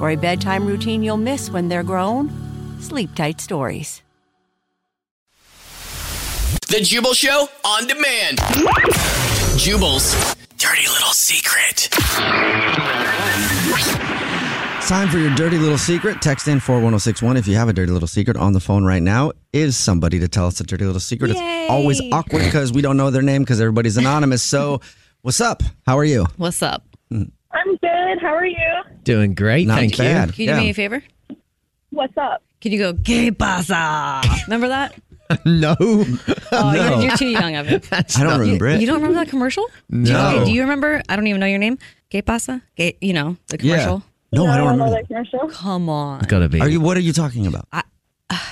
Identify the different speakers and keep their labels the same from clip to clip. Speaker 1: Or a bedtime routine you'll miss when they're grown? Sleep Tight Stories.
Speaker 2: The Jubal Show on demand. Jubal's dirty little secret.
Speaker 3: Time for your dirty little secret. Text in 41061 if you have a dirty little secret on the phone right now. Is somebody to tell us a dirty little secret? It's always awkward because we don't know their name because everybody's anonymous. So, what's up? How are you?
Speaker 4: What's up?
Speaker 5: I'm good. How are you?
Speaker 6: Doing great.
Speaker 3: Not
Speaker 6: Thank
Speaker 3: bad.
Speaker 4: Can you do me a favor?
Speaker 5: What's up?
Speaker 4: Can you go, ¿Qué pasa? Remember that?
Speaker 6: you. No.
Speaker 4: Oh, you're, you're too young of it.
Speaker 3: I don't remember it.
Speaker 4: You don't remember that commercial? Do you,
Speaker 6: No.
Speaker 4: okay, do you remember? I don't even know your name. ¿Qué pasa? ¿Qué, you know, the
Speaker 3: Yeah.
Speaker 4: commercial.
Speaker 3: No, Oh, I don't remember.
Speaker 5: that commercial.
Speaker 4: Come on.
Speaker 6: Gotta be.
Speaker 3: Are you? What are you talking about?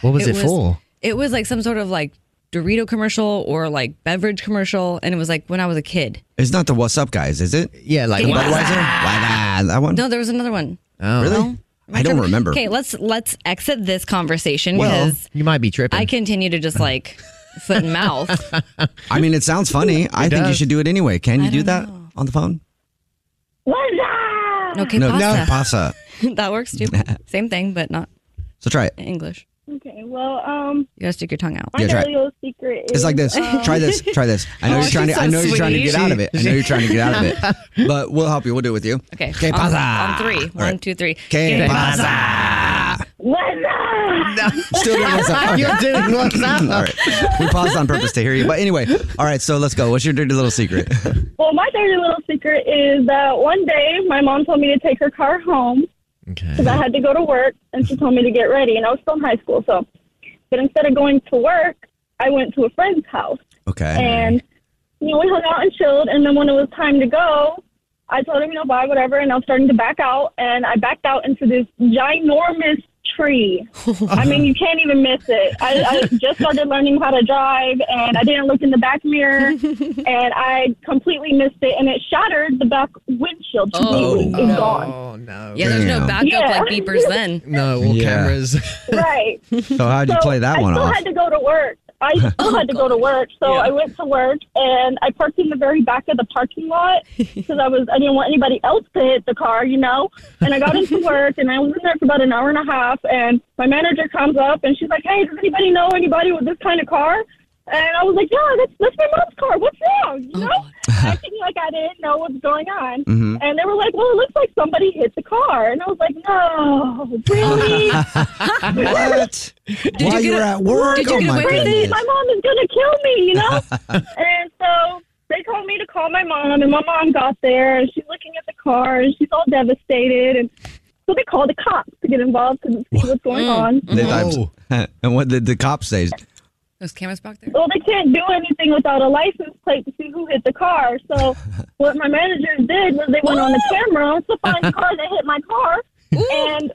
Speaker 6: what was it,
Speaker 4: was-
Speaker 6: for?
Speaker 4: It was like some sort of like Dorito commercial or like beverage commercial. And it was like when I was a kid.
Speaker 3: It's not the What's Up guys, is it?
Speaker 6: Yeah, like
Speaker 3: Budweiser.
Speaker 4: Yeah.
Speaker 3: Why not? That one?
Speaker 4: No, there was another one.
Speaker 6: Oh.
Speaker 3: really? I don't remember.
Speaker 4: Okay, let's let's exit this conversation
Speaker 3: Well,
Speaker 4: because
Speaker 6: You might be tripping.
Speaker 4: I continue to just like foot and mouth.
Speaker 3: I mean, it sounds funny. I think you
Speaker 6: does.
Speaker 3: should do it anyway. Can you do that on the phone?
Speaker 5: What's up?
Speaker 4: No, ¿qué
Speaker 3: no, no,
Speaker 4: pasa?
Speaker 3: pasa.
Speaker 4: that works too. Same thing, but not
Speaker 3: So try it.
Speaker 4: in English.
Speaker 5: Okay, well, um,
Speaker 4: You gotta stick your tongue out.
Speaker 5: my
Speaker 3: Yeah, try it.
Speaker 5: little secret is
Speaker 3: It's like this. Try this. Try this. I know
Speaker 4: Oh,
Speaker 3: you're trying to.
Speaker 4: she's
Speaker 3: I
Speaker 4: so
Speaker 3: know you're trying to
Speaker 4: sweet.
Speaker 3: get out of it. I know you're trying to get out of it. But we'll help you. We'll do it with you.
Speaker 4: Okay.
Speaker 3: Que
Speaker 4: on,
Speaker 3: pasa?
Speaker 4: on three.
Speaker 3: All right.
Speaker 4: One, two, three.
Speaker 3: Que
Speaker 4: Okay.
Speaker 3: pasa?
Speaker 5: What's up?
Speaker 3: Still doing what's up. Okay.
Speaker 6: You're doing what's up.
Speaker 3: All right. We paused on purpose to hear you. But anyway, all right. So let's go. What's your dirty little secret?
Speaker 5: Well, my dirty little secret is that one day my mom told me to take her car home because I
Speaker 6: Okay.
Speaker 5: had to go to work, and she told me to get ready, and I was still in high school, so. But instead of going to work, I went to a friend's house,
Speaker 3: Okay.
Speaker 5: and you know we hung out and chilled, and then when it was time to go. I told him, you know, bye, whatever, and I was starting to back out, and I backed out into this ginormous tree. I mean, you can't even miss it. I, I just started learning how to drive, and I didn't look in the back mirror, and I completely missed it, and it shattered the back windshield.
Speaker 4: Oh,
Speaker 5: completely. it's gone.
Speaker 6: Oh no.
Speaker 4: Yeah, there's no
Speaker 3: Damn.
Speaker 4: backup
Speaker 5: Yeah.
Speaker 4: like beepers then.
Speaker 6: No, well,
Speaker 3: Yeah.
Speaker 6: cameras.
Speaker 5: Right.
Speaker 3: So how'd you play that
Speaker 5: I
Speaker 3: one
Speaker 5: still
Speaker 3: off?
Speaker 5: had to go to work. I still had to go to work, so I went to work and I parked in the very back of the parking lot because I was I didn't want anybody else to hit the car, you know. And I got into work and I was in there for about an hour and a half. And my manager comes up and she's like, "Hey, does anybody know anybody with this kind of car?" And I was like, "Yeah, that's that's my mom's car. What's wrong?"
Speaker 3: Oh,
Speaker 5: You know, acting like I didn't know what's going on.
Speaker 3: Mhm.
Speaker 5: And they were like, "Well, it looks like somebody hit the car." And I was like, "No, really."
Speaker 3: What? While
Speaker 4: you
Speaker 3: you
Speaker 4: get
Speaker 3: were
Speaker 4: a-
Speaker 3: at work?
Speaker 4: did you
Speaker 3: Oh
Speaker 4: get
Speaker 3: my
Speaker 4: away with it?
Speaker 3: goodness.
Speaker 5: my mom is gonna kill me, you know. and so they told me to call my mom, and my mom got there, and she's looking at the car, and she's all devastated, and so they called the cops to get involved to see what's going on.
Speaker 3: They thought-
Speaker 4: Oh.
Speaker 3: and what did the cops say?
Speaker 4: Those cameras back there.
Speaker 5: Well, they can't do anything without a license plate to see who hit the car. So what my managers did was they went on the camera to find the car that hit my car, and. I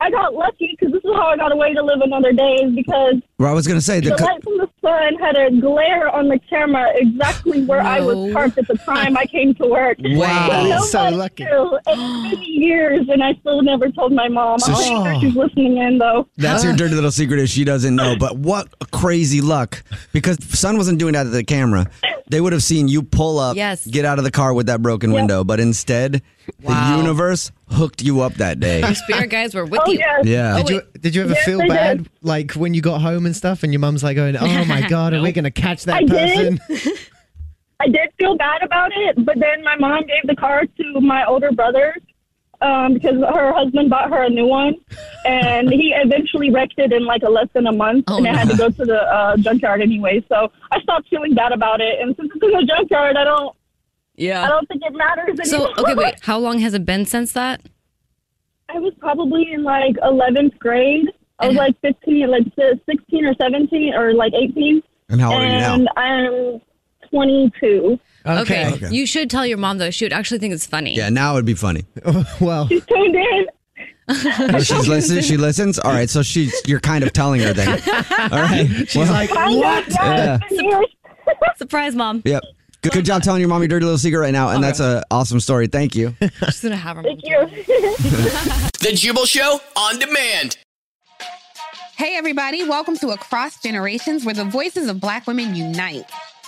Speaker 5: I got lucky because this is how I got away to live another day is because
Speaker 3: Well, I was going to say,
Speaker 5: the
Speaker 3: the co-
Speaker 5: light from the sun had a glare on the camera exactly where I was parked at the time I came to work.
Speaker 3: Wow.
Speaker 5: Nobody
Speaker 6: So lucky.
Speaker 5: knew. It's many years, and I still never told my mom.
Speaker 6: So
Speaker 5: I'm
Speaker 6: she-
Speaker 5: sure she's listening in, though.
Speaker 3: that's her dirty little secret is she doesn't know. But what crazy luck because Sun wasn't doing that to the camera. They would have seen you pull up,
Speaker 4: Yes.
Speaker 3: get out of the car with that broken window. But instead, the universe hooked you up that day.
Speaker 4: Spirit guys were with
Speaker 5: Oh,
Speaker 4: you.
Speaker 5: yes.
Speaker 3: yeah.
Speaker 6: Did you, did you ever
Speaker 5: Yes,
Speaker 6: feel
Speaker 5: I did.
Speaker 6: bad, like when you got home and stuff, and your mum's like going, "Oh my god, are we going to catch that
Speaker 5: I
Speaker 6: person?"
Speaker 5: did. I did feel bad about it, but then my mom gave the car to my older brother um, because her husband bought her a new one, and he eventually wrecked it in like a less than a month, and it had to go to the uh, junkyard anyway. So I stopped feeling bad about it, and since it's in the junkyard, I don't, I
Speaker 4: Yeah.
Speaker 5: don't think it matters
Speaker 4: So
Speaker 5: anymore.
Speaker 4: okay, wait. How long has it been since that?
Speaker 5: I was probably in like 11th grade.
Speaker 4: Mm-hmm.
Speaker 5: I was like 15, like 16 or 17 or like 18,
Speaker 3: And how old are you
Speaker 5: and
Speaker 3: now?
Speaker 5: I'm 22.
Speaker 4: Okay.
Speaker 3: Okay.
Speaker 4: You should tell your mom though. She would actually think it's funny.
Speaker 3: Yeah, now it'd be funny.
Speaker 6: Well,
Speaker 5: She's tuned in.
Speaker 3: Oh, she's listen, she listens. All right, so she's you're kind of telling her then. All right, she's
Speaker 6: like,
Speaker 5: What? Yeah, it's been years.
Speaker 4: Surprise, mom.
Speaker 3: yep. Good, good job telling your mom your dirty little secret right now, and that's an awesome story. Thank you.
Speaker 4: She's gonna have her. Mom.
Speaker 5: Thank you.
Speaker 2: The Jubal Show on demand.
Speaker 7: Hey, everybody, welcome to Across Generations, where the voices of Black women unite.